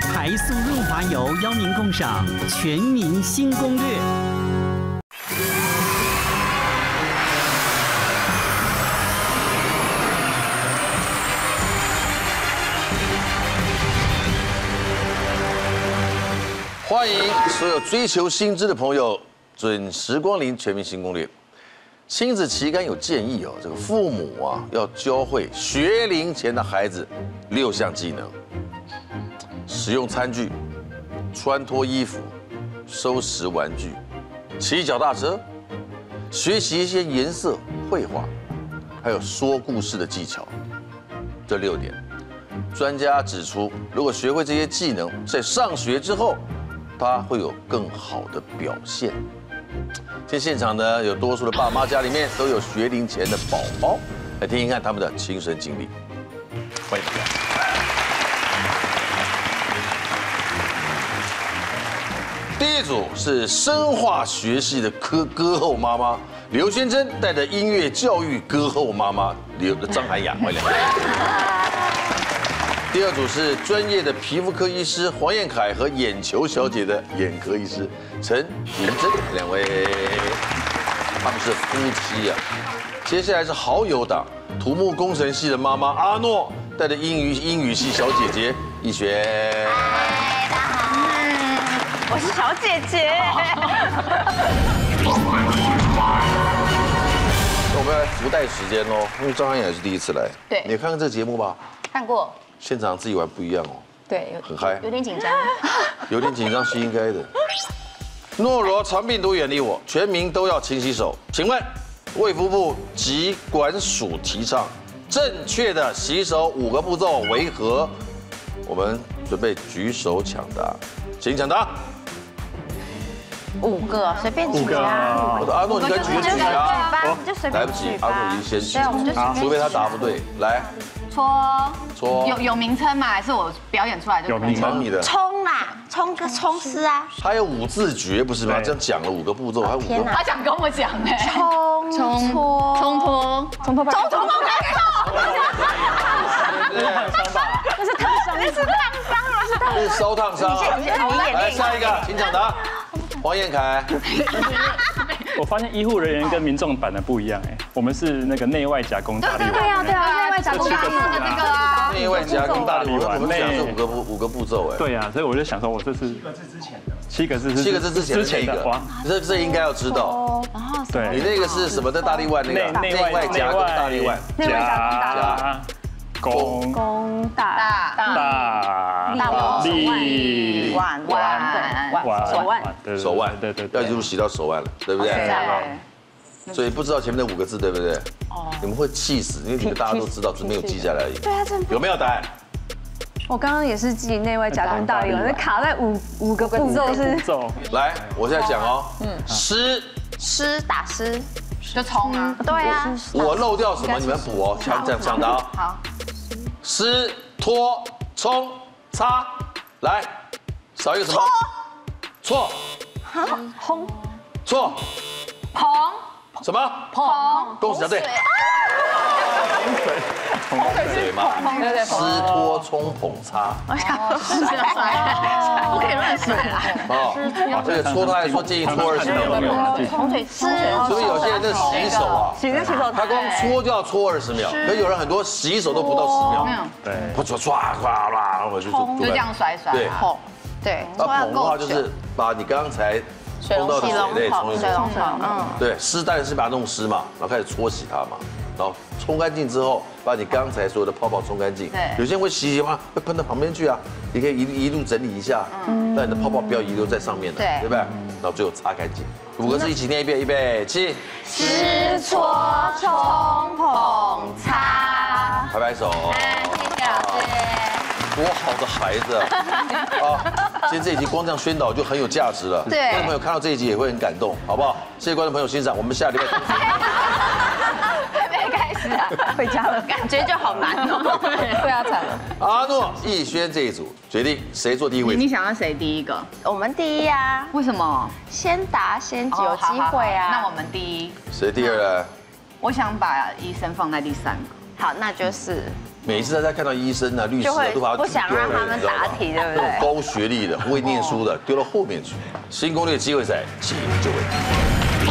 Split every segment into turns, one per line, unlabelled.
台塑润滑油邀您共赏全民新攻略。
欢迎所有追求薪资的朋友准时光临《全民新攻略》。亲子期刊有建议哦，这个父母啊要教会学龄前的孩子六项技能：使用餐具、穿脱衣服、收拾玩具、骑脚踏车、学习一些颜色、绘画，还有说故事的技巧。这六点，专家指出，如果学会这些技能，在上学之后，他会有更好的表现。今天现场呢，有多数的爸妈家里面都有学龄前的宝宝，来听听看他们的亲身经历。欢迎大家。第一组是生化学系的科歌后妈妈刘先珍，带着音乐教育歌后妈妈刘张涵雅，欢迎两位。第二组是专业的皮肤科医师黄燕凯和眼球小姐的眼科医师陈云珍两位，他们是夫妻啊。接下来是好友党土木工程系的妈妈阿诺，带着英语英语系小姐姐一璇。
我是小姐姐，
那我们要来福袋时间喽，因为张涵雅也是第一次来，
对
你也看看这个节目吧，
看过，
现场自己玩不一样哦。
对，有
很嗨
有点紧张。
有点紧张是应该的。诺罗长病毒远离我，全民都要勤洗手。请问，卫福部疾管署提倡正确的洗手五个步骤为何？我们准备举手抢答，请抢答。
五个，随便举啊，
我的阿诺，你敢举
就随
就举
便举
啊！
吧，你就随
来
便
不及
举，
阿诺
吧
已。经先举啊
对，我们就随便，
除非他答不对。来，
搓
说，
有有名称吗？还是我表演出来就可以
有名
忙你的。
冲啦，冲个冲刺啊！
他有五字诀不是吗？
对
这样讲了五个步骤，还有五个
天
步
哪
他想跟我讲哎，
冲
冲搓，
冲脱，
冲脱吧，冲脱吧， 这是烫伤，这是烫伤啊，是烫
这是烧烫伤啊。
你先你先
来下一个，请抢答。黄燕凯，
我发现医护人员跟民众版的不一样哎，我们是那个内外夹攻大力丸，
啊，对啊，外讲
公司
那个这个啊，
内外夹攻大力丸，我们讲这
内
五个步五个步骤哎。
对啊，所以我就想说，我这是七个字之前的，七个字是
七个字之前的
之前
那
的哦
个
哇，，
这这应该要知道。你
对，
那个是什么？在大力丸那个内外夹攻大力丸，
内外夹攻
公大
大大
大
大
力
碗
碗
碗
腕
手腕，
对对对
手腕，
对对
要
对
入洗到手腕了，对不对？
对，
所以不知道前面那五个字对不对？哦，你们会气死，因为你们大家都知道，只是没有记下来而已。对啊，真有没有答案？
我刚刚也是记内外夹攻大力丸，
大力丸
那卡在五五个步骤是
走，
来，我现在讲哦。嗯，湿，
湿打湿，
就冲啊，
对啊，
我漏掉什么你们补哦，抢抢抢答哦。
好，
湿拖冲擦，来，少一个什么？错，错，轰，
捧
错什么？
捧，
恭喜啊答对。洪水，洪水嘛，湿拖冲捧擦，
哎
不可以乱甩啊，
哦，啊这个搓他还说建议搓二十秒，
红腿湿，
所以有些人的洗手啊，
洗在洗手
他
台，
光搓就要搓二十秒，可有人很多洗手都不到十
没有
秒，，
对，
不搓唰唰啦，然后我就就
就这样甩甩
对
啊，
捧，对，
那
搓要
捧的话
够
就是
久，
把你刚才
水
碰到
龙头，
的水类冲一
水
冲。
龙头，嗯，
对，湿当然是把它弄湿嘛，然后开始搓洗它嘛，然后冲干净之后，把你刚才所有的泡泡冲干净。
对
有些人会洗洗嘛，会喷到旁边去啊，你可以一一路整理一下，让你的泡泡不要遗留在上面了，
嗯对
对不对？然后最后擦干净。五个字一起念一遍，预备起，
湿搓冲捧 擦，
拍拍手。
谢谢老师。
多好的孩子啊！啊，今天这一集光这样宣导就很有价值了。
对
观众朋友看到这一集也会很感动，好不好？谢谢观众朋友欣赏，我们下礼拜同时
还没开始啊，回家了，感觉就好难哦。 对啊，惨了。
阿诺、逸轩这一组决定谁坐第一位。
你想要谁第一个？
我们第一啊，
为什么？
先答先
哦
有机
好好
会啊。
好那我们第一，
谁第二呢？啊
我想把医生放在第三个，
好，那就是
每一次大家看到医生啊、律师
就
啊
会，
都把
不想让他们
你知道吗
答题对不对哦
那种高学历的、不会念书的，丢到后面去。新攻略机会赛，请就位。
大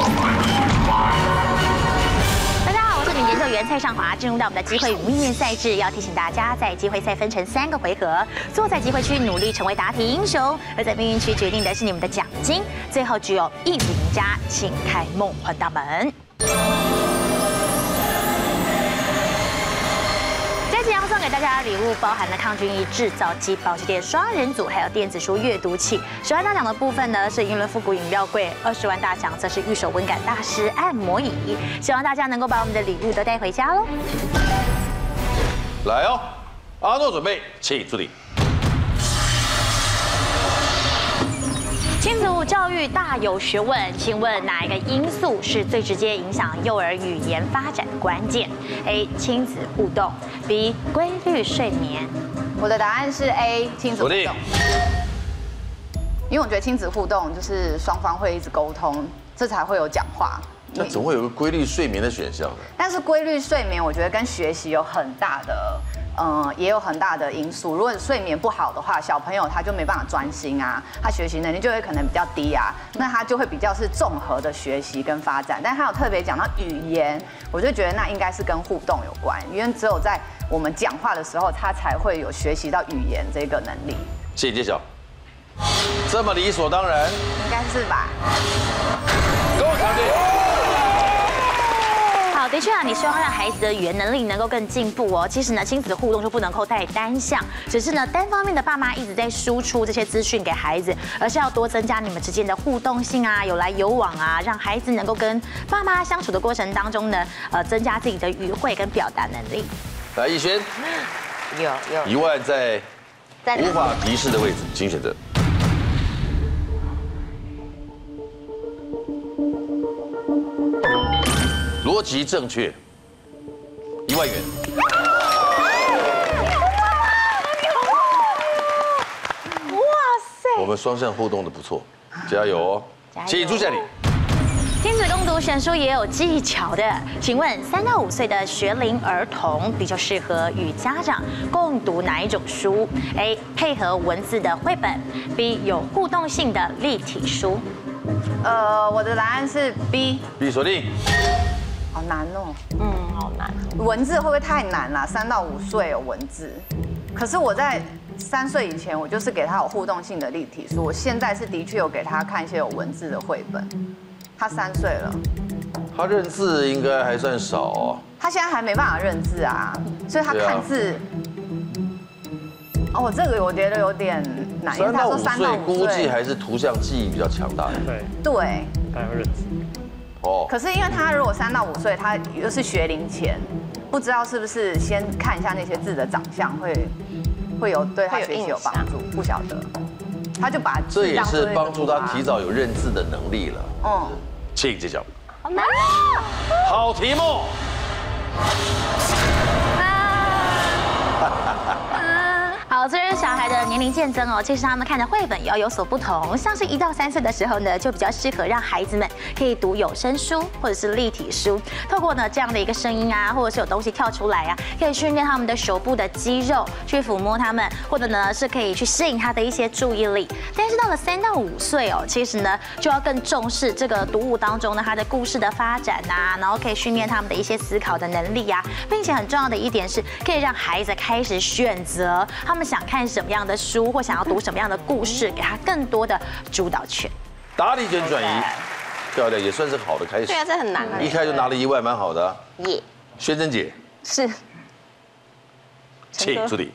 家好，我是女研究员蔡尚华，进入到我们的机会与命运赛制，要提醒大家，在机会赛分成三个回合，坐在机会区努力成为答题英雄，而在命运区决定的是你们的奖金，最后只有一组赢家，请开梦幻大门。这期要送给大家的礼物包含了抗菌衣、制造机、保时店双人组，还有电子书阅读器。十万大奖的部分呢是英伦复古饮料柜，二十万大奖则是御手温感大师按摩椅。希望大家能够把我们的礼物都带回家喽。
来哦，阿诺准备，请助理。
亲子舞教育大有学问，请问哪一个因素是最直接影响幼儿语言发展的关键？A. 亲子互动，B. 规律睡眠
我的答案是 A，亲子
锁
互
定
动。因为我觉得亲子互动就是双方会一直沟通，这才会有讲话。
那总会有个规律睡眠的选项的。
但是规律睡眠，我觉得跟学习有很大的，嗯，也有很大的因素。如果睡眠不好的话，小朋友他就没办法专心啊，他学习能力就会可能比较低啊，那他就会比较是综合的学习跟发展。但他有特别讲到语言，我就觉得那应该是跟互动有关，因为只有在我们讲话的时候，他才会有学习到语言这个能力，
请揭晓。这么理所当然，
应该是吧？
跟我抢去。
好，的确啊，你希望让孩子的语言能力能够更进步哦。其实呢，亲子互动就不能够太单向，只是呢，单方面的爸妈一直在输出这些资讯给孩子，而是要多增加你们之间的互动性啊，有来有往啊，让孩子能够跟爸妈相处的过程当中呢，呃，增加自己的语汇跟表达能力。
来，逸轩，
有有
一万在
在哪
无法提示的位置，请选择。逻辑正确，一万元。我们双向互动的不错，加油哦！
加油
请朱夏你。
亲子共读选书也有技巧的，请问三到五岁的学龄儿童比较适合与家长共读哪一种书？A. 配合文字的绘本，B. 有互动性的立体书。
呃，我的答案是 B，
B 锁定，
好难哦。
嗯，好难。
文字会不会太难啦、三到五岁有文字，可是我在三岁以前，我就是给他有互动性的立体书。我现在是的确有给他看一些有文字的绘本。他三岁了，
他认字应该还算少哦。
他现在还没办法认字啊，所以他
对啊
看字。哦，这个我觉得有点难，因为
啊三
哎他
到
说
五
三到
岁
五
估计
岁，
还是图像记忆比较强大的
对，
对。
大家会认识。
哦。
可是因为他如果三到五岁，他又是学龄前，不知道是不是先看一下那些字的长相会会有对他
会有
学习
印
有帮
象
助，不晓得。他就把
这也
当作一
是
个
帮助他
图啊
提。早有认字的能力了。
嗯，
请揭晓。
好难啊！
好题目，
好，随着小孩的年龄渐增哦，其实他们看的绘本也要有所不同。像是一到三岁的时候呢，就比较适合让孩子们可以读有声书或者是立体书，透过呢这样的一个声音啊，或者是有东西跳出来啊，可以训练他们的手部的肌肉，去抚摸他们，或者呢是可以去吸引他的一些注意力。但是到了三到五岁哦，其实呢就要更重视这个读物当中呢它的故事的发展啊，然后可以训练他们的一些思考的能力啊，并且很重要的一点是，可以让孩子开始选择他们想看什么样的书或想要读什么样的故事，给他更多的主导权。
答题卷转移，漂亮，也算是好的开始
对。啊，这很难
一
哎。
开就拿了一万，蛮好的啊。
耶，
宣珍姐，
是
请助理。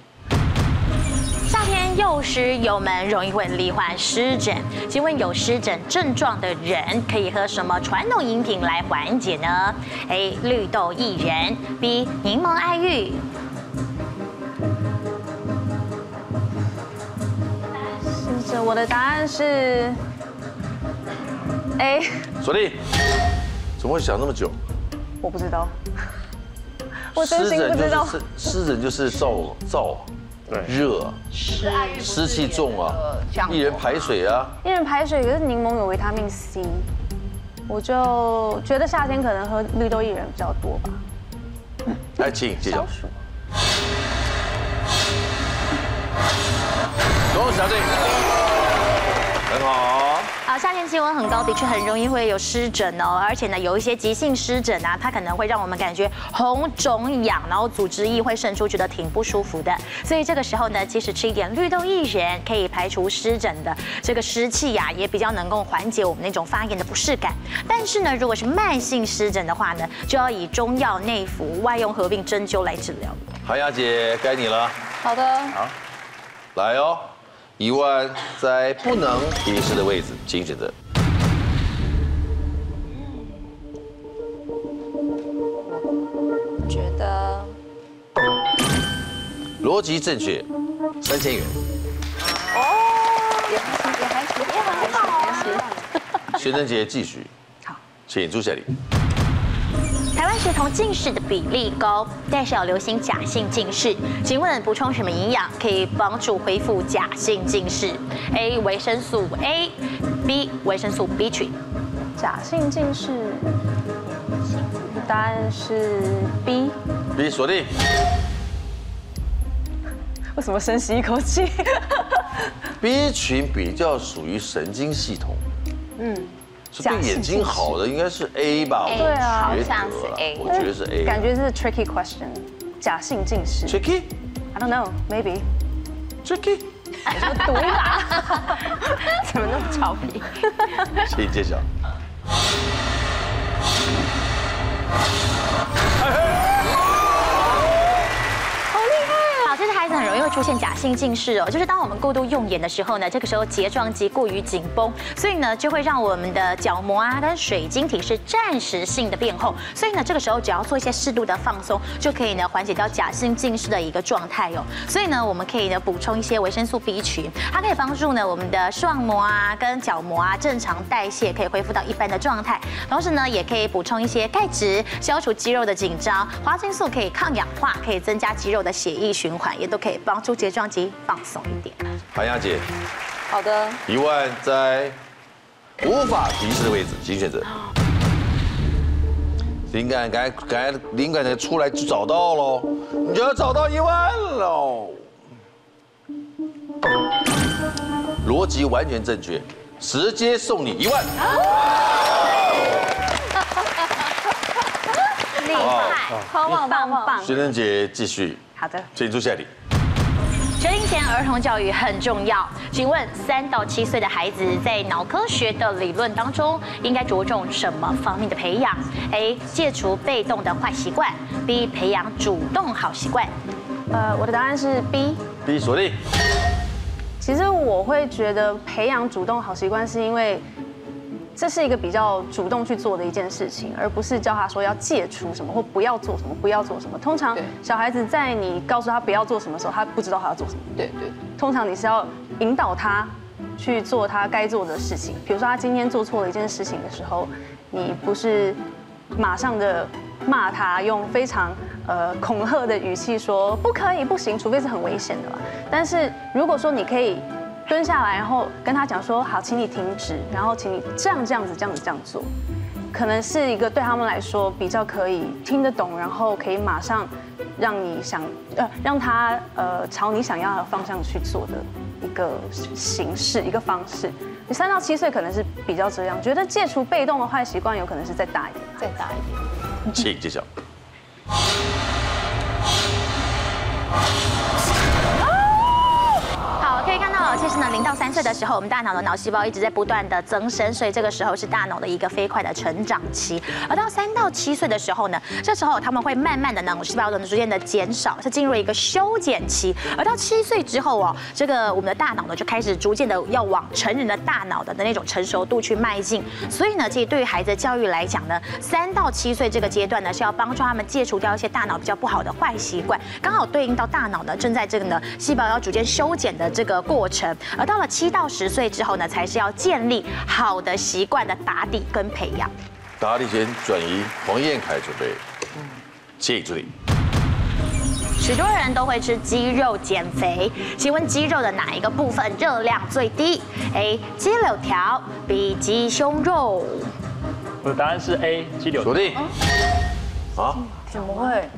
夏天幼师油门容易会罹患湿疹，请问有湿疹症状的人可以喝什么传统饮品来缓解呢？A. 绿豆薏仁，B. 柠檬爱玉
是是，我的答案是 A，
锁定，怎么会想那么久？
我不知 道，我真心不知道
湿湿湿疹就是燥燥、
对
热啊、湿气重啊，一人排水啊。
一人排水，可是柠檬有维他命 C，我就觉
嗯
得
哎
夏天可能喝绿豆薏仁比较多吧。
来，请揭晓。恭喜小静，很好。
啊，夏天气温很高，的确很容易会有湿疹哦，而且呢，有一些急性湿疹啊，它可能会让我们感觉红肿痒，然后组织液会渗出，觉得挺不舒服的。所以这个时候呢，其实吃一点绿豆薏仁可以排除湿疹的这个湿气呀、也比较能够缓解我们那种发炎的不适感。但是呢，如果是慢性湿疹的话呢，就要以中药内服、外用合并针灸来治疗。
韩雅姐，该你了，
好的，
来哦。一万在不能遗失的位置，请选择。
我觉得
逻辑正确，三千元。
也还行，也还行，也很好啊。
宣真节继续。
好，
请朱夏玲。
台湾学童近视的比例高，但是要留心假性近视。请问补充什么营养可以帮助恢复假性近视？A. 维生素 A，B. 维生素 B 群。
假性近视，答案是 B。
B 锁定。
为什么深吸一口气？
B 群比较属于神经系统，嗯，是对眼睛好的应该是 A 吧？我
对啊
觉得
好像是 A
我觉得是 A，
感觉是 tricky question，假性近视。
tricky
I don't know, maybe。
tricky，
怎么那么调皮？
请揭晓。
好，这是孩子很容易会出现假性近视哦，就是当我们过度用眼的时候呢，这个时候睫状肌过于紧绷，所以呢就会让我们的角膜啊跟水晶体是暂时性的变厚，所以呢这个时候只要做一些适度的放松，就可以呢缓解掉假性近视的一个状态哦。所以呢我们可以呢补充一些维生素 B 群，它可以帮助呢我们的视网膜啊跟角膜啊正常代谢可以恢复到一般的状态，同时呢也可以补充一些钙质，消除肌肉的紧张，花青素可以抗氧化，可以增加肌肉的血液循环，也都可以帮助睫状肌放松一点。
韩亚姐，
好的，
一万在无法提示的位置，请选择。灵感，刚才刚才灵感才出来就找到喽，你就要找到一万喽。逻辑完全正确，直接送你一万。
厉害，
好棒
棒棒棒！
学生姐继续，
好的，
请朱夏玲。
学龄前儿童教育很重要，请问三到七岁的孩子在脑科学的理论当中，应该着重什么方面的培养？A. 戒除被动的坏习惯，B. 培养主动好习惯。
呃，我的答案是 B。
B 锁定，
其实我会觉得培养主动好习惯，是因为这是一个比较主动去做的一件事情，而不是教他说要戒除什么或不要做什么，不要做什么。通常
对
小孩子在你告诉他不要做什么的时候，他不知道他要做什么。
对对，
通常你是要引导他去做他该做的事情。比如说他今天做错了一件事情的时候，你不是马上的骂他，用非常呃恐吓的语气说不可以、不行，除非是很危险的嘛。但是如果说你可以蹲下来，然后跟他讲说好，请你停止，然后请你这样、这样子、这样子、这样做。可能是一个对他们来说比较可以听得懂，然后可以马上让你想呃让他呃朝你想要的方向去做的一个形式一个方式。你三到七岁可能是比较这样，觉得戒除被动的坏习惯有可能是再大一点。
再大一点。
请揭晓。
好，可以看到，其实呢，零到三岁的时候，我们大脑的脑细胞一直在不断的增生，所以这个时候是大脑的一个飞快的成长期。而到三到七岁的时候呢，这时候他们会慢慢的脑细胞呢逐渐的减少，是进入一个修剪期。而到七岁之后哦，这个我们的大脑呢就开始逐渐的要往成人的大脑的那种成熟度去迈进。所以呢，其实对于孩子的教育来讲呢，三到七岁这个阶段呢，是要帮助他们戒除掉一些大脑比较不好的坏习惯，刚好对应到大脑呢正在这个呢细胞要逐渐修剪的这个过程。而到了七到十岁之后呢，才是要建立好的习惯的打底跟培养。
答题前转移，黄燕凯准备，
嗯
请助理。
许多人都会吃鸡肉减肥，请问鸡肉的哪一个部分热量最低？A. 鸡柳条，B. 鸡胸肉。
我的答案是 A 肌瘤
锁。定。啊？
怎么会？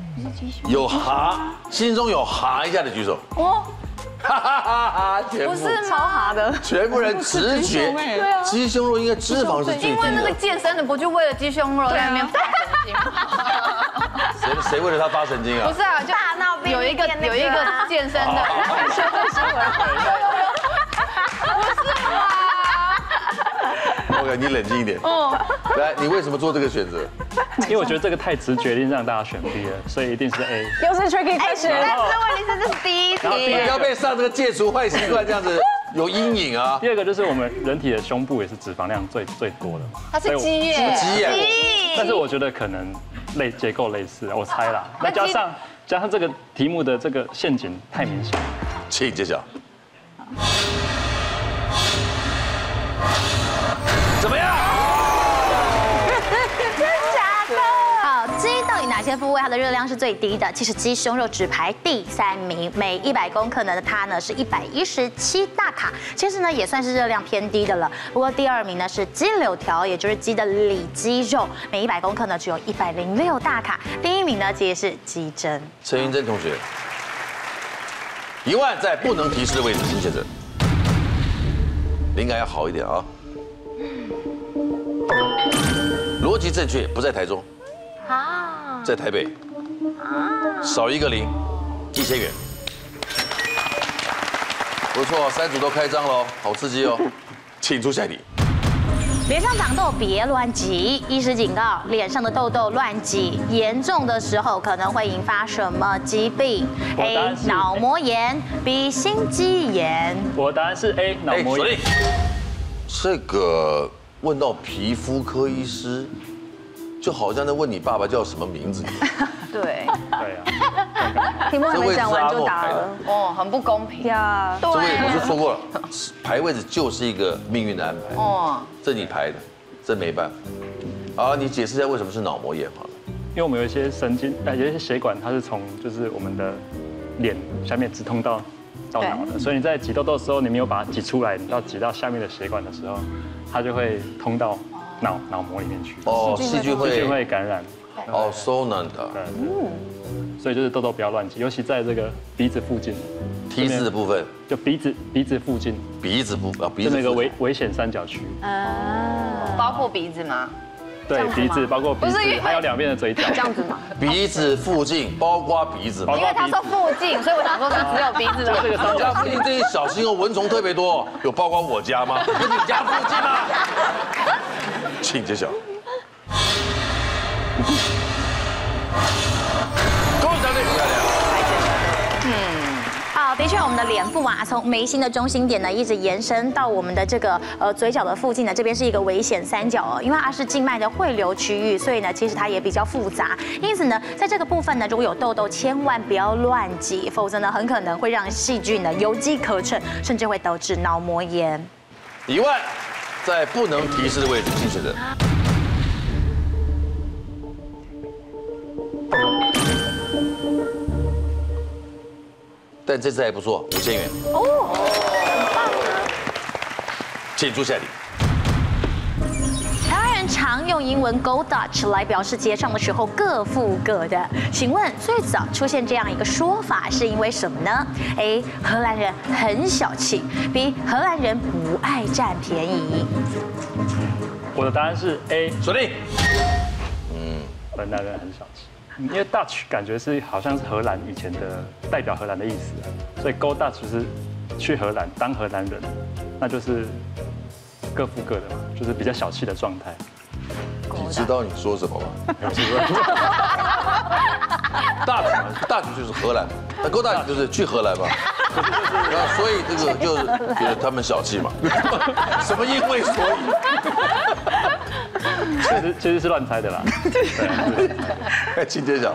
有哈，心中有哈一下的举手。
哦，
哈哈哈哈，全部
不是超哈的，
全部人直觉，鸡胸肉应该脂肪是最低
因为那个
的，
健身的不就为了鸡胸肉在那边发神经吗？
谁谁为了它发神经啊
不？是啊，就
大闹便
有一
利
个
店那
有一
个
个
啊
健身的，
OK，你冷静一点。来，你为什么做这个选择？
因为我觉得这个太直觉，一定让大家选 B 了，所以一定是 A。
又是 tricky 开始。
但是问题是这是第一
然后第
题，
不
二
要
个，
被上这个戒除坏习惯这样子有阴影啊！
第二个就是我们人体的胸部也是脂肪量最最多的嘛。
它是鸡
耶，
耶，
鸡啊眼，
但是我觉得可能类结构类似，我猜啦。那加上加上这个题目的这个陷阱太明显了，
请揭晓。怎么样？
好，鸡到底哪些部位它的热量是最低的？其实鸡胸肉只排第三名，每一百公克呢，它呢是一百一十七大卡，其实呢也算是热量偏低的了。不过第二名呢是鸡柳条，也就是鸡的里脊肉，每一百公克呢只有一百零六大卡。第一名呢其实是鸡胗。
陈云珍同学，一万在不能提示的位置，请选择。灵感要好一点啊。逻辑正确，不在台中，在台北，少一个零，一千元。不错，三组都开张了哦，好刺激哦！请出下一题。
脸上长痘别乱挤，医师警告：脸上的痘痘乱挤，严重的时候可能会引发什么疾病
我答
？A.
案是
脑膜炎，B. 心肌炎。
我的答案是 A 脑
哎，
膜
锁
炎
定。。这个问到皮肤科医师，就好像在问你爸爸叫什么名 字。
对，
对啊，
题目还没讲完就答了。啊
哦，很不公平。
呀，
哎这位我就说过 了，排位置就是一个命运的安排。
哦，
这你排的，这没办法。啊，你解释一下为什么是脑膜炎好了。
因为我们有一些神经，呃，有一些血管，它是从就是我们的脸下面直通到到脑的，所以你在挤痘痘的时候，你没有把它挤出来，你要挤到下面的血管的时候，它就会通到脑脑膜里面去，
哦，细菌
细菌
会
会感染。
哦，so 难的
对，所以就是痘痘不要乱挤，尤其在这个鼻子附近，
，T 字的部分，
就鼻子鼻子附近，
鼻子部啊，鼻
就
子
那个
部
危危险三角区，
包括鼻子吗？
对鼻子包括鼻子
不是因为
还有两边的嘴角，
这样子嘛，
鼻子附近，包括鼻子嘛
包。
因为
括
他
鼻
说
子，
附近，所以我想说是只有鼻子的
就这个三角
啊家附近这一小心哦，蚊虫特别多，有包括我家 吗？是你家附近吗？ 请揭 晓。恭喜答对，漂亮。
好，的确，我们的脸部啊，从眉心的中心点呢，一直延伸到我们的这个呃嘴角的附近呢，这边是一个危险三角哦，因为它是静脉的汇流区域，所以呢，其实它也比较复杂。因此呢，在这个部分呢，如果有痘痘，千万不要乱挤，否则呢，很可能会让细菌呢有机可乘，甚至会导致脑膜炎。
一万，在不能提示的位置，请选择。但这次还不错，五千元。哦，很棒请出下一题。
台湾人常用英文 “go Dutch” 来表示结账的时候各付各的。请问最早出现这样一个说法是因为什么呢？A. 荷兰人很小气；B. 荷兰人不爱占便宜。
我的答案是 A，
锁定。
荷兰人很小气。因为 Dutch 感觉是好像是荷兰以前的代表荷兰的意思，啊所以 Go Dutch 是去荷兰当荷兰人，那就是各付各的嘛，就是比较小气的状 态。
你知道你说什么吗？ 大举大举就是荷兰，那勾大举就是去荷兰 嘛。然后所以这个就是觉得他们小气 嘛，什么因为所以。
其实其实是乱猜的啦。对，是
哎，请揭晓。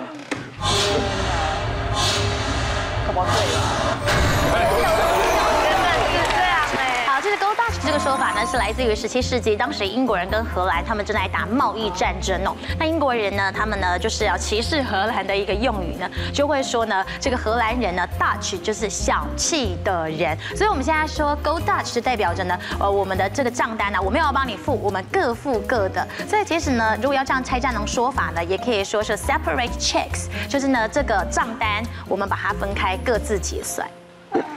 好，这个 “go Dutch” 这个说法呢，是来自于十七世纪，当时英国人跟荷兰他们正在打贸易战争哦。那英国人呢，他们呢就是要歧视荷兰的一个用语呢，就会说呢，这个荷兰人呢，Dutch 就是小气的人。所以我们现在说 “go Dutch” 就代表着呢，呃，我们的这个账单呢，啊我没有要帮你付，我们各付各的。所以其实呢，如果要这样拆账的说法呢，也可以说是 separate checks，就是呢这个账单我们把它分开各自结算。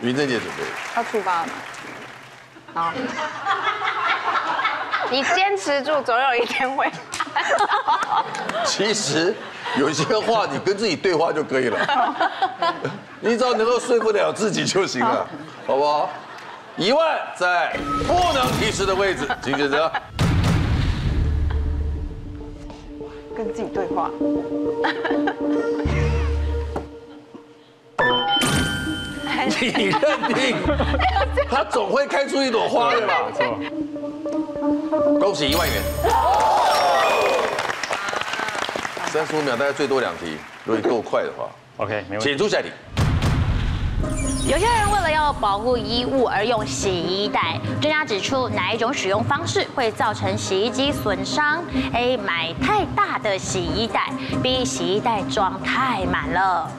云珍姐准备。
要出发了吗？好，
你坚持住，总有一天会。
其实有些话你跟自己对话就可 以了，你只要能够说服得了自己就行了，好不好？一万在不能提示的位置，请选择。
跟自己对话。
你 认
哎
定他总会开出一朵花的吧？恭喜一万元。三十五秒，大概最多两题，如果你够快的话，
OK，没问题
请。出下一题。
有些人为了要保护衣物而用洗衣袋，专家指出哪一种使用方式会造成洗衣机损伤？A. 买太大的洗衣袋；B. 洗衣袋装太满了。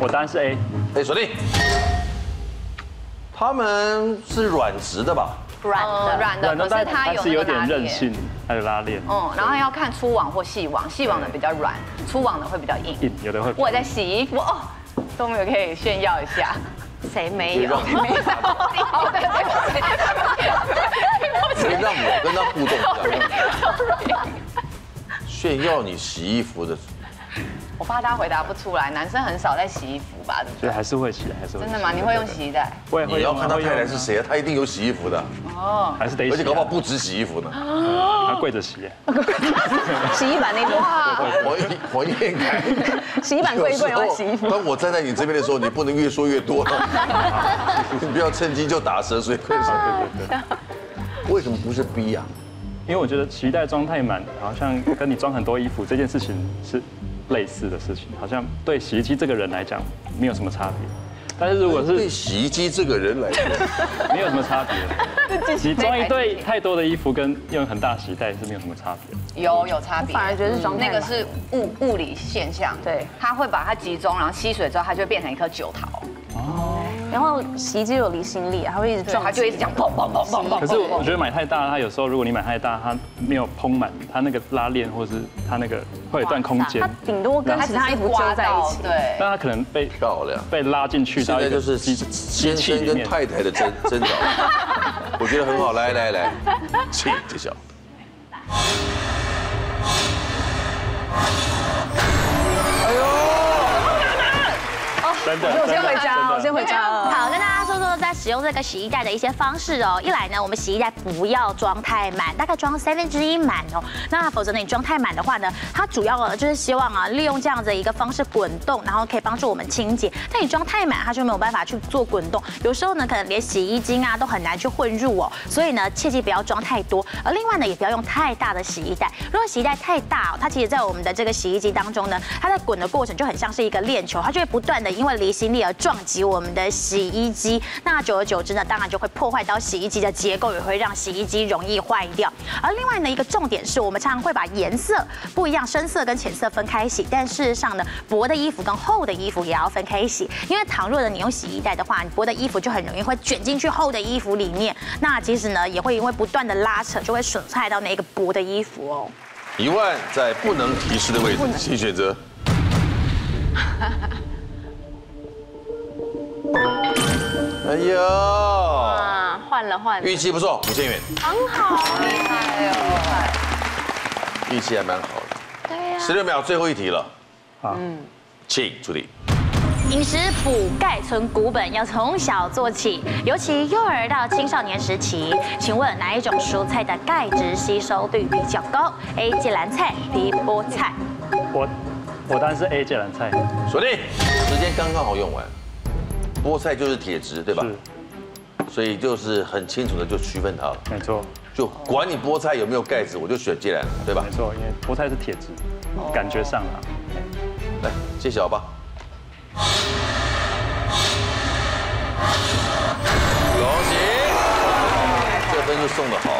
我答案是 A，
哎，锁定。他们是软质的吧？
软
呃
的，
软的，可是它
但
有
是
那
有
个
点
拉
韧
链。
性，还有拉链，
嗯，然后要看粗网或细网，细网的比较软，粗网的会比较硬。
硬有的会。
我在洗衣服哦，都没有可以炫耀一下。
谁没有？
让你 让我跟他互动一下， 炫耀你洗衣服的，
我怕他回答不出来，男生很少在洗衣服吧？对不
所以
对？
还是会洗，还是会洗。
真的吗？你会用洗衣袋？
我也会
你要
用啊。
看他
会用
太
啊
太是，谁啊？他一定有洗衣服的，
还是得洗啊。
而且搞不好不止洗衣服呢。
哦
他跪着洗。
洗衣板那边，
啊
黄一黄燕凯，
洗衣板跪一跪，然后洗衣服。
当我站在你这边的时候，你不能越说越多，啊 你不要趁机就打蛇随棍上。 对对对。为什么不是啊 B 呀？
因为我觉得期待装太满，好像跟你装很多衣服这件事情是类似的事情，好像对洗衣机这个人来讲没有什么差别。但是如果是
对洗衣机这个人来说，
没有什么差别，你装一对太多的衣服跟用很大洗袋是没有什么差别。
有有差别，
我反而觉得是
嗯
装太
那
满
个是物物理现象，
对
它会把它集中，然后吸水之后，它就变成一颗酒桃，
然后洗衣机有离心力，它会一直
对，
撞，
它就一直这样砰砰砰砰砰。
可是我觉得买太大，它有时候如果你买太大，它没有蓬满，它那个拉链或是它那个会有一段空间
它，顶多跟
然后
其他衣服
刮
揪在一
到
起，
对，
但它可能被
漂亮。
被拉进去
现
到
在
一
就
个
是
机
先
机器
生
里
跟
面。
太太的 争争吵，我觉得很好。来来来，请揭晓。
真的，我
先回家， 我先回家了。
啊
好，跟大家说说在使用这个洗衣袋的一些方式哦。一来呢，我们洗衣袋不要装太满，大概装三分之一满哦。那否则呢，你装太满的话呢，它主要呃就是希望啊，利用这样子一个方式滚动，然后可以帮助我们清洁。但你装太满，它就没有办法去做滚动，有时候呢，可能连洗衣精啊都很难去混入哦。所以呢，切记不要装太多。而另外呢，也不要用太大的洗衣袋。如果洗衣袋太大、哦，它其实在我们的这个洗衣机当中呢，它在滚的过程就很像是一个链球，它就会不断的因为离心力而撞击我们的洗衣机。那久而久之呢，当然就会破坏到洗衣机的结构，也会让洗衣机容易坏掉。而另外呢，一个重点是我们常常会把颜色不一样，深色跟浅色分开洗，但事实上呢，薄的衣服跟厚的衣服也要分开洗，因为倘若呢你用洗衣袋的话，你薄的衣服就很容易会卷进去厚的衣服里面，那其实呢也会因为不断的拉扯，就会损害到那个薄的衣服哦。
一万在不能提示的位置，请选 择。哎呦，
啊，换了换了，
运气不错，五千元。很好，厉害哦！运气还蛮好的。对呀。啊十六秒，最后一题了，嗯
好，
请出题。
饮食补钙存骨本要从小做起，尤其幼儿到青少年时期。请问哪一种蔬菜的钙质吸收率比较高？A. 芥蓝菜，B. 菠菜。
我我当然是 A 芥蓝菜，
锁定，时间刚刚好用完。菠菜就是铁质，对吧？
是
所以就是很清楚的就区分它了，
没错
就管你菠菜有没有盖子，我就选芥蓝，对吧
没？错，因为菠菜是铁质，
哦
感觉上啊，
来揭晓吧。恭喜，这分数送的好。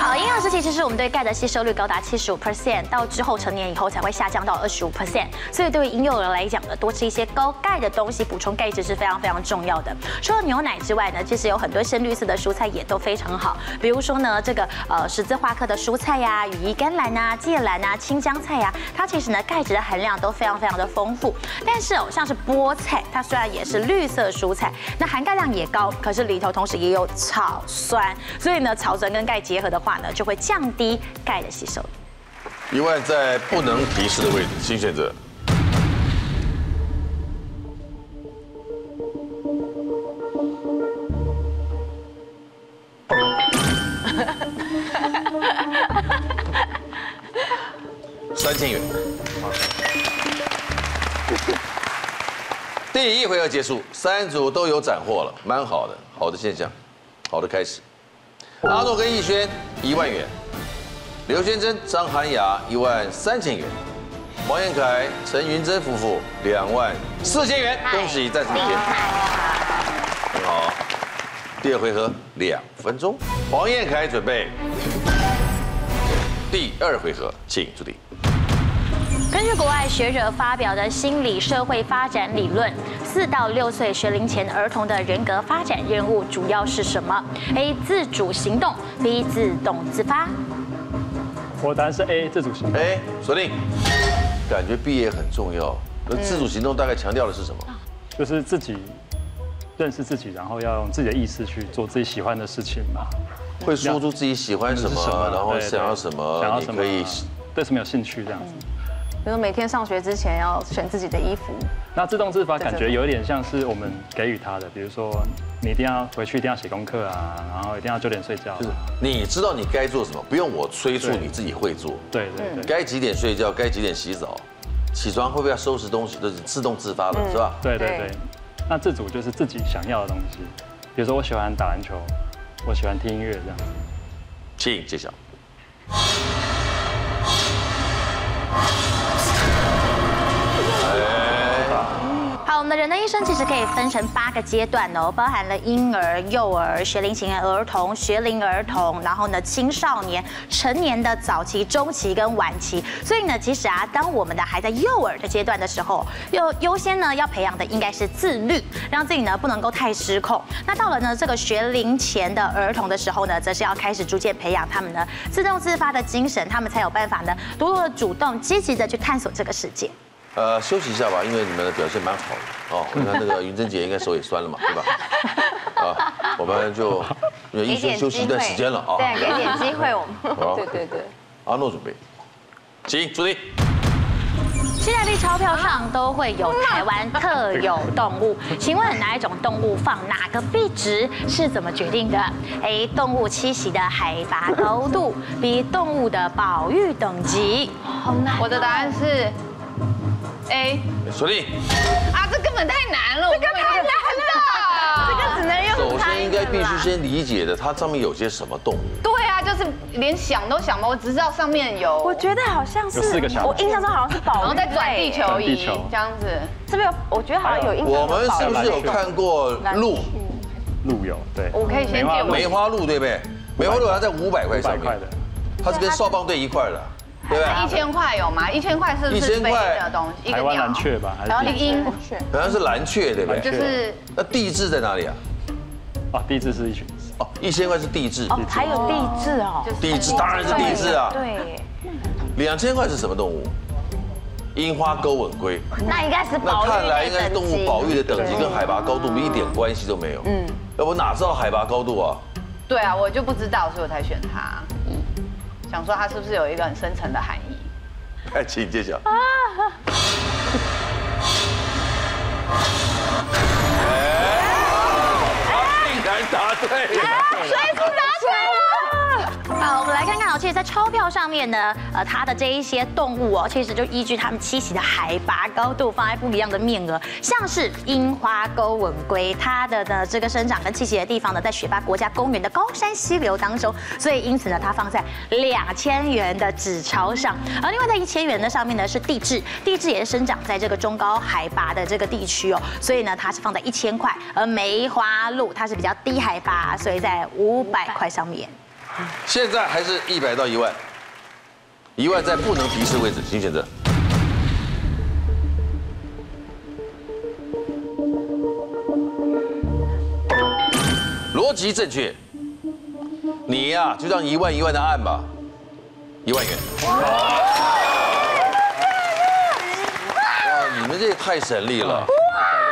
好，营养师其实是我们对钙的吸收率高达七十五 percent，到之后成年以后才会下降到二十五 percent，所以对于婴幼儿来讲呢，多吃一些高钙的东西，补充钙质是非常非常重要的。除了牛奶之外呢，其实有很多深绿色的蔬菜也都非常好，比如说呢，这个呃十字花科的蔬菜呀、羽衣甘蓝啊、芥蓝啊、青江菜呀、它其实呢钙质的含量都非常非常的丰富。但是哦，像是菠菜，它虽然也是绿色蔬菜，那含钙量也高，可是里头同时也有草酸，所以呢，草酸跟钙结合的话呢，就会降低钙的吸收。
一万在不能提示的位置，请选择。三千元。第一回合结束，三组都有斩获了，蛮好的，好的现象，好的开始。阿诺跟逸轩一万元，刘轩珍、张涵雅一万三千元，王彦凯、陈云珍夫妇两万四千元，恭喜再次领先。很好，第二回合两分钟，黄彦凯准备。第二回合，请注定。
根据国外学者发表的心理社会发展理论，四到六岁学龄前儿童的人格发展任务主要是什么？A. 自主行动，B. 自动自发。
我答案是 A 自主型。
哎，锁定。感觉毕业很重要，那自主行动大概强调的是什么？
就是自己认识自己，然后要用自己的意识去做自己喜欢的事情嘛。
会说出自己喜欢什
是
么，然后想要什
嗯想
么，
要
你
什么嗯
可以。
对什么有兴趣这样子。
嗯
比如说每天上学之前要选自己的衣服，
那自动自发感觉有一点像是我们给予他的，比如说你一定要回去一定要写功课啊，然后一定要九点睡觉啊、
就是你知道你该做什么，不用我催促
对
你自己会做。
对
嗯
对对，
该几点睡觉，该几点洗澡，起床会不会要收拾东西，都是自动自发的，是吧？
对对
对
对。那自主就是自己想要的东西，比如说我喜欢打篮球，我喜欢听音乐这样子。
请揭晓。
好，我们的人的一生其实可以分成八个阶段哦，包含了婴儿、幼儿、学龄前儿童、学龄儿童，然后呢青少年、成年的早期、中期跟晚期。所以呢，其实啊，当我们的还在幼儿的阶段的时候，优优先呢要培养的应该是自律，让自己呢不能够太失控。那到了呢这个学龄前的儿童的时候呢，则是要开始逐渐培养他们呢自动自发的精神，他们才有办法呢多多的主动、积极的去探索这个世界。
呃，休息一下吧，因为你们的表现蛮好的哦。我看那个云珍姐应该手也酸了嘛，对吧？啊，我们就因为一轩休息一段时间了啊。
对，给点机会我们。
好，
对对对，
阿诺准备，请注意。
现在币钞票上都会有台湾特有动物，请问哪一种动物放哪个币值是怎么决定的？A. 动物栖息的海拔高度，B. 动物的保育等级。
我的答案是 A
锁定。
啊，这根本太难了，这个太难了，这个只能
首
用猜
先应该
的
必须
啦
先理解的，它上面有些什么动物。
对啊，就是连想都想不到，我只知道上面有，
我觉得好像
有四个小孩
我印象中好像是
然
宝
后
玉
再转地球
转地
仪
球
这样子。
这边有，我觉得好像有印象
我
中
们
宝
是
玉
不是有看过鹿？
路友对，
我可以先
梅花
借
鹿
我
梅花鹿对不对？梅花鹿它在五百块
五百
上
块
面
的，，
它是跟少棒队一块的，对不对？
一千块有吗？一千块是不
1000
是飞
块
的东西？一个
台湾
鸟
蓝，雀吧，还
然后
是
一个鹰，
好像是蓝雀，对不
蓝
对
雀？
就是
那地质在哪里啊？
哦，第一次是一群，
哦，一千块是地质，
哦，还有地质哦，
地质当然是地质啊。
对，
两千块是什么动物？樱花钩吻龟。
那应该是
那
保育
看来应该是
类
动
等
物
级。
保育的等级跟海拔高度一点关系都没有。嗯，要不哪知道海拔高度啊？
对啊，我就不知道，所以我才选它。想说它是不是有一个很深层的含义？
哎，请揭晓。哎，竟然答对了。
好，我们来看看哦，其实，在钞票上面呢，呃，它的这一些动物哦，其实就依据它们栖息的海拔高度放在不一样的面额，像是樱花钩吻龟，它的呢这个生长跟栖息的地方呢，在雪霸国家公园的高山溪流当中，所以因此呢，它放在两千元的纸钞上，而另外在一千元的上面呢是地质，地质也是生长在这个中高海拔的这个地区哦，所以呢，它是放在一千块，而梅花鹿它是比较低海拔，所以在五百块上面。
现在还是一百到一万，一万在不能提示位置，请选择。逻辑正确，你呀、就让一万一万的按吧，一万元。哇，你们这也太省力了！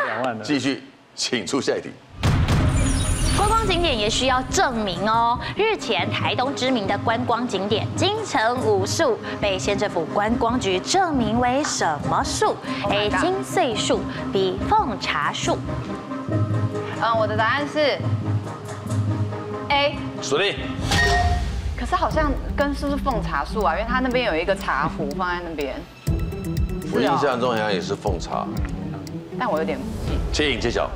两万的。
继续，请出下一题。
观光景点也需要证明哦。日前，台东知名的观光景点金城武树被县政府观光局证明为什么树
my
？A.
god
金穗树，B. 凤茶树。
嗯，我的答案是 A，
锁定。
可是好像跟是不是凤茶树啊？因为它那边有一个茶壶放在那边，
我印象中好像也是奉茶，
但我有点记
请揭晓。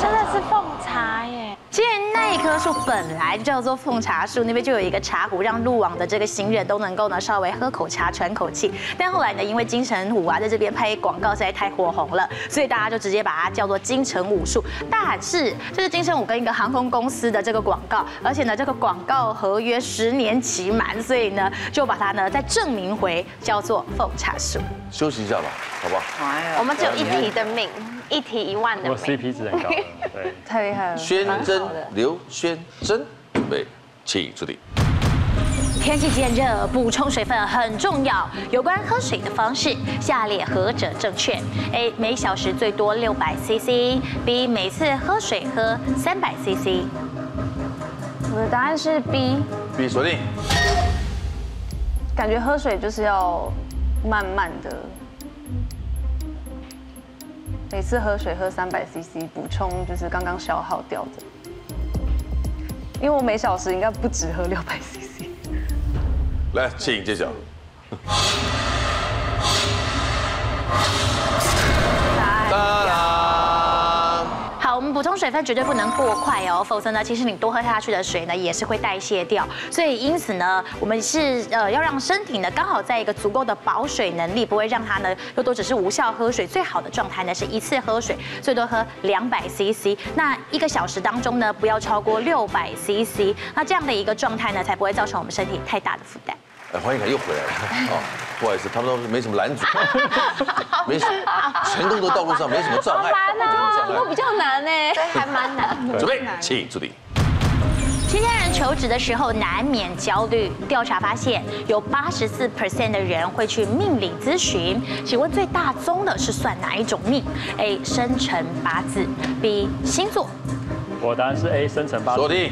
真的是凤茶耶！其实那一棵树本来叫做凤茶树，那边就有一个茶壶，让路网的这个行人都能够呢稍微喝口茶、喘口气。但后来呢，因为金城武啊在这边拍广告实在太火红了，所以大家就直接把它叫做金城武树。但是这是金城武跟一个航空公司的这个广告，而且呢这个广告合约十年期满，所以呢就把它呢再证明回叫做凤茶树。
休息一下吧，好吧。
哎
我们只有一题的命，一题一万的
我
命。
CP 值很高，对，
太厉害了。
宣真，刘宣真，准备，请出题。
天气渐热，补充水分很重要。有关喝水的方式，下列何者正确？A. 每小时最多六百 CC，B. 每次喝水喝三百 CC。
我的答案是 B，
B 锁定。
感觉喝水就是要慢慢的，每次喝水喝三百 CC，补充就是刚刚消耗掉的。因为我每小时应该不止喝六百 CC。
来，请揭晓。当当
好，我们补充水分绝对不能过快哦，否则呢，其实你多喝下去的水呢也是会代谢掉。所以因此呢，我们是呃要让身体呢刚好在一个足够的保水能力，不会让它呢又都只是无效喝水。最好的状态呢是一次喝水最多喝两百 CC，那一个小时当中呢不要超过六百 CC，那这样的一个状态呢才不会造成我们身体太大的负担。
哎，黄英凯又回来了。哦，不好意思，他们都没什么拦阻，没什么，成功的道路上没什么障碍。没什么障碍
啊比较难欸呢，对，还蛮难的。
准备，请出题。
青年人求职的时候难免焦虑。调查发现，有八十四 percent 的人会去命理咨询。请问最大宗的是算哪一种命？A. 生辰八字，B. 星座。
我答案是 A，生辰八
锁
字。
定。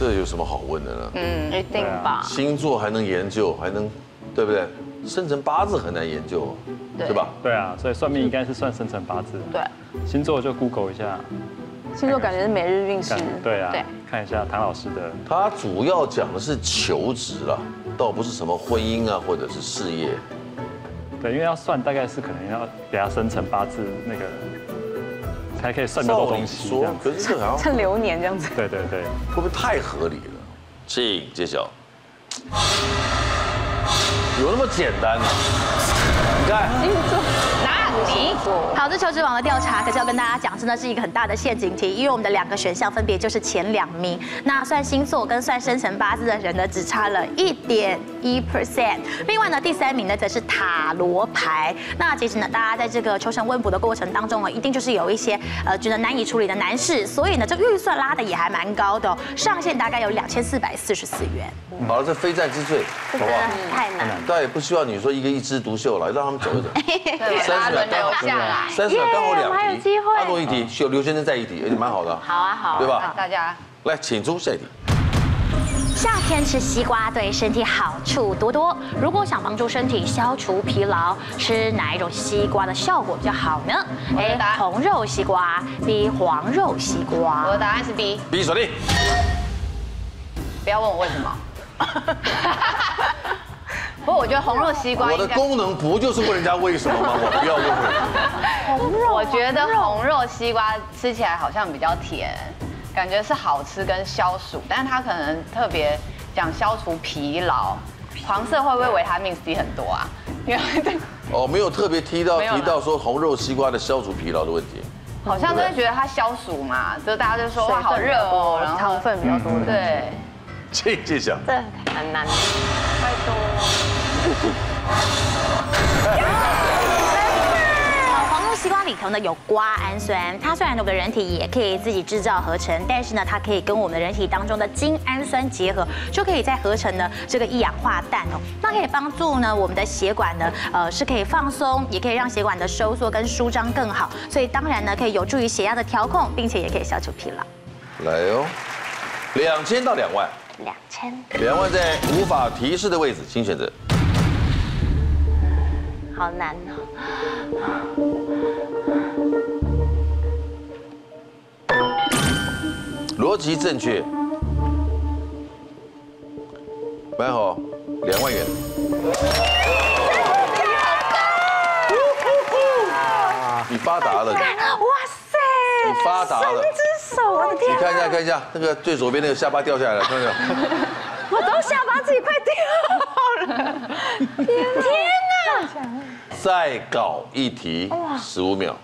这有什么好问的呢？
嗯，一定
啊
吧。
星座还能研究，还能，对不对？生辰八字很难研究，是吧？
对啊，所以算命应该是算生辰八字。
对，
星座就 Google 一下，
星座感觉是每日运势
看，对啊
对，
看一下唐老师的。
他主要讲的是求职啊，倒不是什么婚姻啊，或者是事业。
对，因为要算大概是可能要给他生辰八字那个，才可以算得到
照理
东西这
说
样，
可是这个好像
趁流年这样子。
对对对，
会不会太合理了？请揭晓。有那么简单吗、你看，
好，这求职网的调查，可是要跟大家讲，真的是一个很大的陷阱题，因为我们的两个选项分别就是前两名。那算星座跟算生辰八字的人呢，只差了一点一 percent。另外呢，第三名呢则是塔罗牌。那其实呢，大家在这个求神问卜的过程当中啊，一定就是有一些呃觉得难以处理的难事，所以呢，这个预算拉的也还蛮高的、哦，上限大概有两千四百四十四元，
好了，这非战之罪，好
真
不
的
好？
太难了。
但也不希望你说一个一枝独秀了，让他们走一走。
对，
三
大
十秒
家轮流下来，
三十秒刚好
我们还有
两
机
题，
会
阿诺一题，刘刘先生在一题，也蛮好的啊，
好啊，好啊
对吧？
大家
来，请出下一题。
夏天吃西瓜对身体好处多多。如果想帮助身体消除疲劳，吃哪一种西瓜的效果比较好呢？A.
答案
红肉西瓜，B. 黄肉西瓜
我。的答案是 B，
B 锁定，
不要问我为什么。不过我觉得红肉西瓜
我
应
的
该，
功能不就是问人家为什么吗？我不要问问题。
我觉得红肉西瓜吃起来好像比较甜，感觉是好吃跟消暑，但是它可能特别讲消除疲劳。黄色会不会维他命 C 很多啊？因为
哦，没有特别提到
没有啦
提到说红肉西瓜的消除疲劳的问题。
好像都会觉得它消暑嘛，就大家就说哇好热哦，然后
糖分比较多的。
对，
这这下
嗯这很难。
黄木西瓜里头呢有瓜氨酸，它虽然我们人体也可以自己制造合成，但是呢，它可以跟我们人体当中的精氨酸结合，就可以再合成呢这个一氧化氮哦。那可以帮助呢我们的血管呢，呃是可以放松，也可以让血管的收缩跟舒张更好，所以当然呢可以有助于血压的调控，并且也可以消除疲劳。
来哦，两千到两万，
两千，
两万在无法提示的位置，请选择。
好难哦。
逻辑正确。蛮好，两万元。你发达了，你
哇塞，
发达了。
只手，我的
你看
天啊
一下，看一下，那个最左边那个下巴掉下来了，看到没有？
我都下巴自己快掉了，天哪！
再搞一题，十五秒，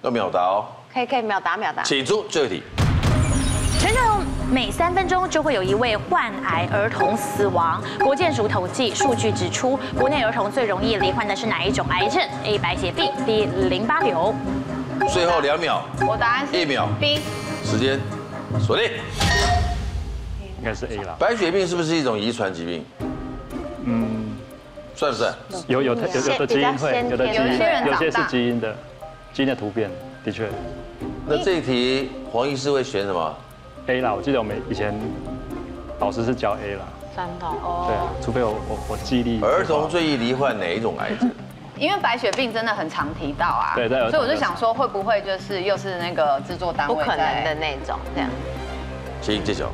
要秒答哦。
可以可以，秒答秒答。
请出最后一题。
全球每三分钟就会有一位患癌儿童死亡。国健署统计数据指出，国内儿童最容易罹患的是哪一种癌症？A. 白血病，B. 淋巴瘤。
最后两秒，
我答案是
一秒
B，
时间锁定。
应该是 A 啦，
白血病是不是一种遗传疾病？
嗯，
算不算？
有有的有有的基因会，有的基
有
因
些人长大
会，有些是基因的，基因的突变，的确
那这一题黄医师会选什么？
A 啦。我记得我们以前老师是教 A 啦，
真的哦，
对啊，除非我我我记忆力不好
儿童最易罹患哪一种癌症？
因为白血病真的很常提到啊，
对在儿童
所以我就想说会不会就是又是那个制作单
不
位
可能的
在
那种这样。
请揭晓。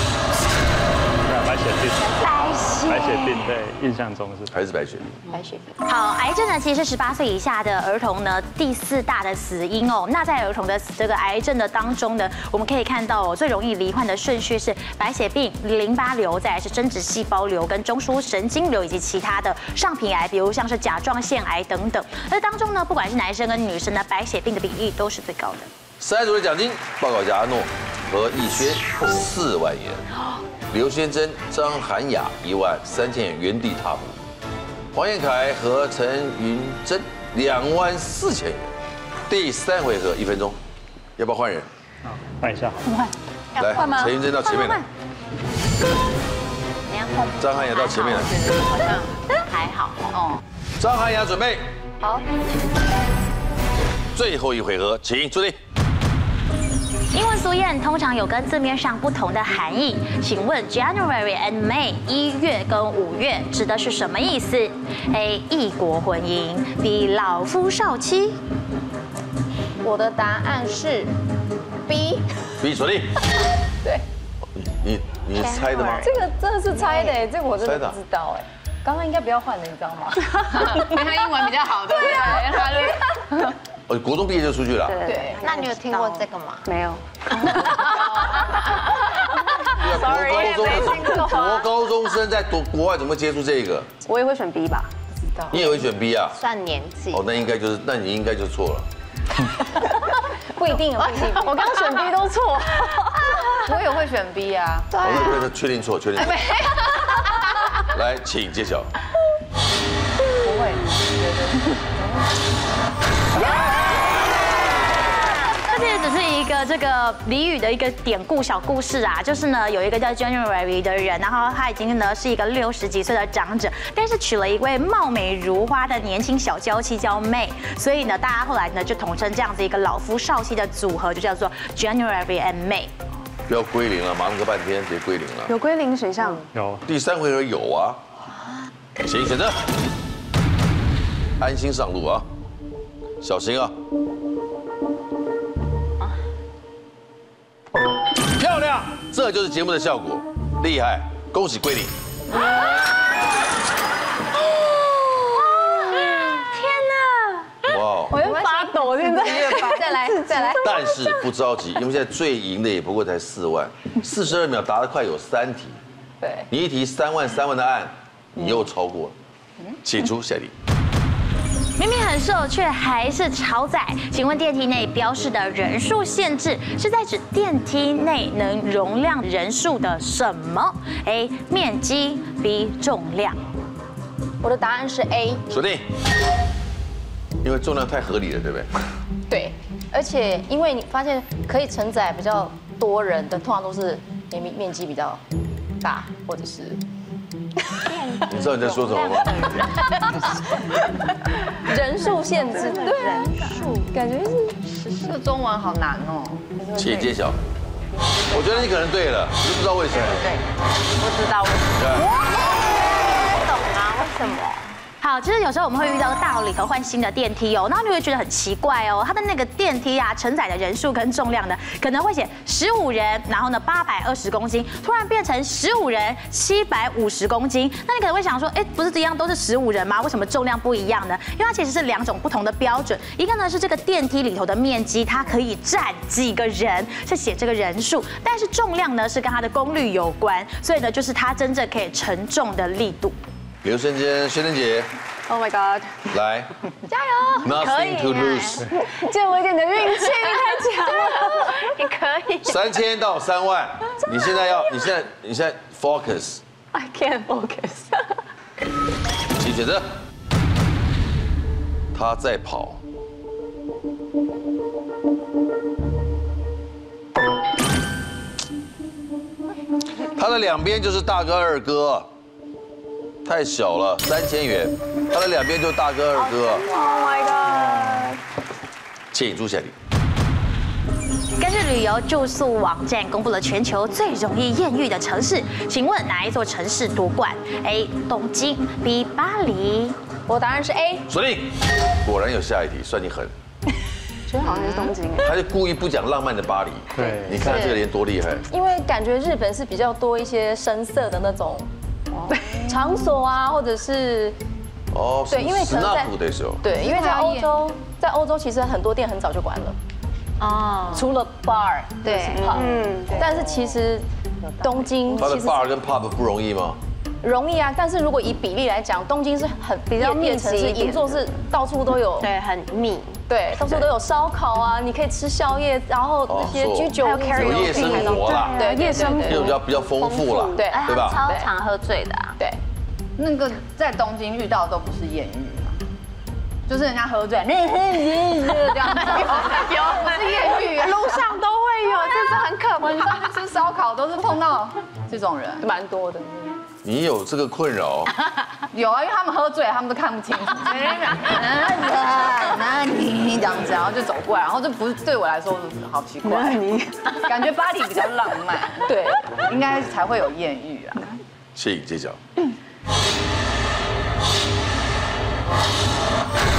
对啊白血病，
白血
白血病对，印象中是
还是白血病？
白血病。
好，癌症呢其实是十八岁以下的儿童呢第四大的死因哦。那在儿童的这个癌症的当中呢，我们可以看到哦，最容易罹患的顺序是白血病、淋巴瘤，再来是增殖细胞瘤跟中枢神经瘤以及其他的上皮癌，比如像是甲状腺癌等等。而当中呢，不管是男生跟女生呢，白血病的比例都是最高的。
三组的奖金，报告家阿诺和逸轩四万元，刘先珍、张涵雅一万三千元原地踏步，黄彦凯和陈云珍两万四千元。第三回合一分钟，要不要换人？
换一下好了，
来，陈云珍到前面来，
你要碰
张涵雅到前面来，
好像
还好，
哦，
张涵雅准备。好。最后一回合，请注定。
英文俗谚通常有跟字面上不同的含义，请问 January and May 一月跟五月指的是什么意思？A. 异国婚姻，B. 老夫少妻。
我的答案是 B，
比 锁定。对。你你猜的吗？
这个真的是猜的，欸这个我真
猜的
的
啊
不知道哎。刚刚应该不要换的，你知道吗？啊
因为他英文比较好，对不对？因为他就
哦，国中毕业就出去了啊，
对，
那你有听过这个吗？
没有，
对啊国高中生，国高中生在读国外怎么会接触这个？
我也会选 B 吧。
你也会选 B 啊？
算年纪
哦，那应该就是，那你应该就错了。
不一定，不一定。
我刚刚选 B 都错，
我也会选 B 啊，
我哦那那那确定错，确 定错。来，请揭晓。
这其实只是一个这个俚语的一个典故小故事啊，就是呢有一个叫 January 的人，然后他已经呢是一个六十几岁的长者，但是娶了一位貌美如花的年轻小娇妻叫 May，所以呢大家后来呢就统称这样子一个老夫少妻的组合，就叫做 January and May。
不要归零了，忙个半天，别归零了。
有归零选项。
嗯
有
第三回合有啊，请选择。安心上路啊，小心啊！漂亮，这就是节目的效果，厉害，恭喜归零。哇！哦
我在发抖，现在
再 来，再来。
但是不着急，因为现在最赢的也不过才四万，四十二秒答得快有三题，
对，
你一题三万三万的按，你又超过了，请出下一题。
明明很瘦却还是超载。请问电梯内标示的人数限制是在指电梯内能容量人数的什么？A. 面积 B. 重量。
我的答案是 A，
锁定，因为重量太合理了，对不对？
对，而且因为你发现可以承载比较多人的，通常都是面面积比较大，或者是
你知道你在说什么吗？
人数限制，对啊，感觉是
这中文好难哦。
请揭晓。我觉得你可能对了，我就不知道为什么。
对，不知道为什么。
好，其实有时候我们会遇到大楼里头换新的电梯哦，然后你会觉得很奇怪哦，它的那个电梯啊，承载的人数跟重量呢，可能会写十五人，然后呢八百二十公斤，突然变成十五人七百五十公斤，那你可能会想说，哎，不是一样都是十五人吗？为什么重量不一样呢？因为它其实是两种不同的标准，一个呢是这个电梯里头的面积，它可以站几个人，是写这个人数，但是重量呢是跟它的功率有关，所以呢就是它真正可以承重的力度。
刘瞬间，轩珍姐
Oh my god！
来，加油！Nothing to lose，
借我一点的运气，太强了。
你可以。
三千到三万，你现在要，你现在，你现在 focus，
I can't focus
请选择。他在跑，他的两边就是大哥二哥，太小了，三千元。他的两边就是大哥二哥，
Oh my god！
建议朱夏玲。
根据旅游住宿网站公布了全球最容易艳遇的城市，请问哪一座城市夺冠？A. 东京，B. 巴黎。
我答案是 A，
锁定，果然有下一题，算 你狠，
觉得好像是东京
欸
他就故意不讲浪漫的巴黎。
对
你看这个人多厉害，
因为感觉日本是比较多一些深色的那种
哦
场所啊，或者是
哦，
对因为
斯
可能
纳
在
普的时候，
对，因为在欧洲，在欧洲其实很多店很早就关了，
哦，
除了 bar
对，
嗯，
但是其实东京
他的
其实
bar 跟 pub 不容易吗？
容易啊，但是如果以比例来讲，东京是很
比较
夜
密
夜城
集
市，
一点
银座是到处都有，
对，很密。
对，到处都有烧烤啊，你可以吃宵夜，然后那些
哦
居酒
还有
屋
karaoke
有
对
夜生活啦，
对夜生
这种比较比较丰富啦，
对
哎，
对
他
吧？
超常喝醉的啊。
对，
那个在东京遇到的都不是艳遇嘛，就是人家喝 醉，那这
啊
样子，有不是艳遇啊， 路上都会有，
啊
这是很可怕。你上去吃烧烤都是碰到这种人，
蛮多的。
你有这个 困扰，
有啊，因为他们喝醉，他们都看不清楚，哎所以就讲嗯那你这样子，然后就走过来，然后这不是对我来说好奇怪，感觉巴黎比较浪漫，
对，
应该才会有艳遇啊。
谢颖揭晓。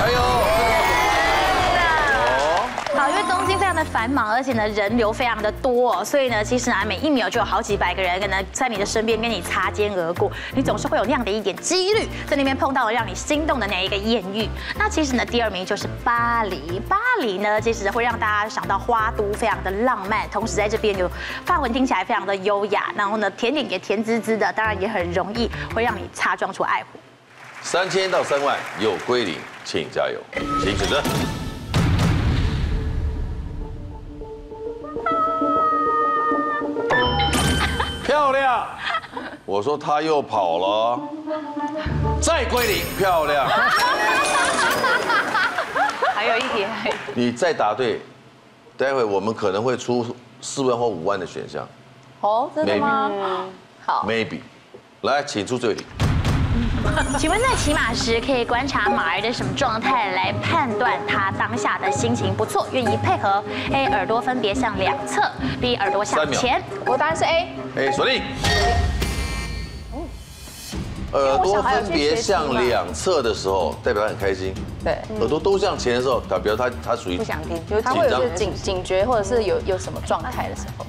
哎呦，
好，因为东京非常的繁忙，而且呢人流非常的多、哦，所以呢其实啊每一秒就有好几百个人可能在你的身边跟你擦肩而过，你总是会有那样的一点几率在那边碰到了让你心动的那一个艳遇。那其实呢第二名就是巴黎，巴黎呢其实会让大家想到花都，非常的浪漫，同时在这边有法文听起来非常的优雅，然后呢甜点也甜滋滋的，当然也很容易会让你擦撞出爱火。
三千到三万有归零，请加油，请选 择。漂亮，我说他又跑了，再归零，漂亮。
还有一点，
你再答对，待会我们可能会出四万或五万的选项
哦，真的吗？好，
，maybe。来，请出最后一题。
请问在骑马时可以观察马儿的什么状态来判断它当下的心情不错，愿意配合？A. 耳朵分别向两侧，B. 耳朵向前。
我答案是 A，
哎，锁定。
哎
耳朵分别向两侧的时候，代表他很开心；
对，
耳朵都向前的时候，代表他他属于
不想听，
有他会有一个
紧
警警觉，或者是有有什么状态的时候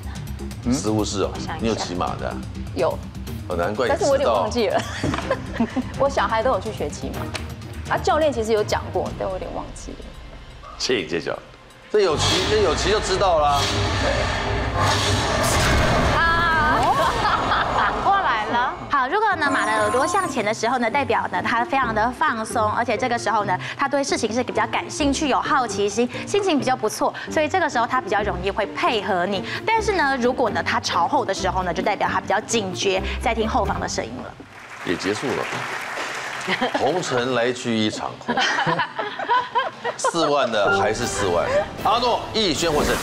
似乎是哦
想一。下
你有骑马的啊，
有，
哦，难怪你
但是我有
知
点
道
忘。记了。 我小孩都有去学骑马，啊，教练其实有讲过，但我有点忘记了。
请揭晓。这有骑，这有骑就知道啦。
啊好，好，如果呢马的耳朵向前的时候呢，代表呢他非常的放松，而且这个时候呢，他对事情是比较感兴趣、有好奇心，心情比较不错，所以这个时候他比较容易会配合你。但是呢，如果呢他朝后的时候呢，就代表他比较警觉，在听后方的声音了。
也结束了。红尘来去一场空，四万的还是四万。阿诺一轩获胜。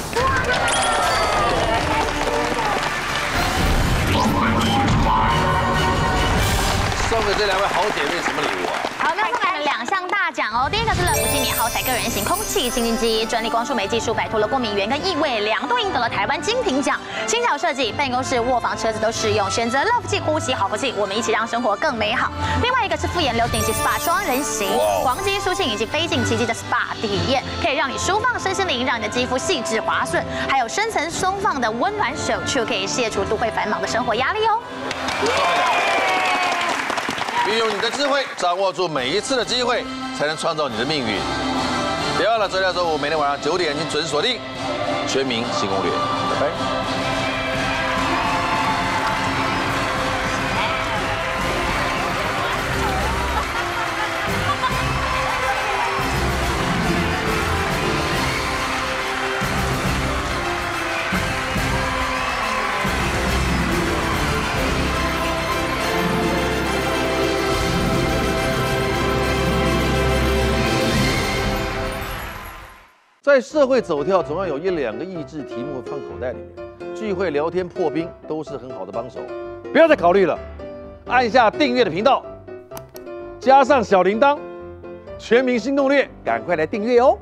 送给这两位好姐妹什么礼物啊？
好，那送给你们两项大奖哦。第一个是乐福今年豪宅个人型空气清净机，专利光触媒技术摆脱了过敏源跟异味，两度赢得了台湾精品奖。新巧设计，办公室、卧房、车子都适用，选择乐福气呼吸好福气，我们一起让生活更美好。另外一个是复眼流顶级 SPA 双人行，黄金舒性以及飞进奇迹的 SPA 体验，可以让你舒放身心灵，让你的肌肤细致滑顺，还有深层松放的温暖手触，可以卸除都会繁忙的生活压力哦。
运用你的智慧，掌握住每一次的机会，才能创造你的命运。别忘了周一到周五每天晚上九点，请准锁定《全民新攻略》。拜拜。在社会走跳，总要有一两个益智题目放口袋里面，聚会聊天破冰都是很好的帮手。不要再考虑了，按下订阅的频道，加上小铃铛，全民新攻略，赶快来订阅哦！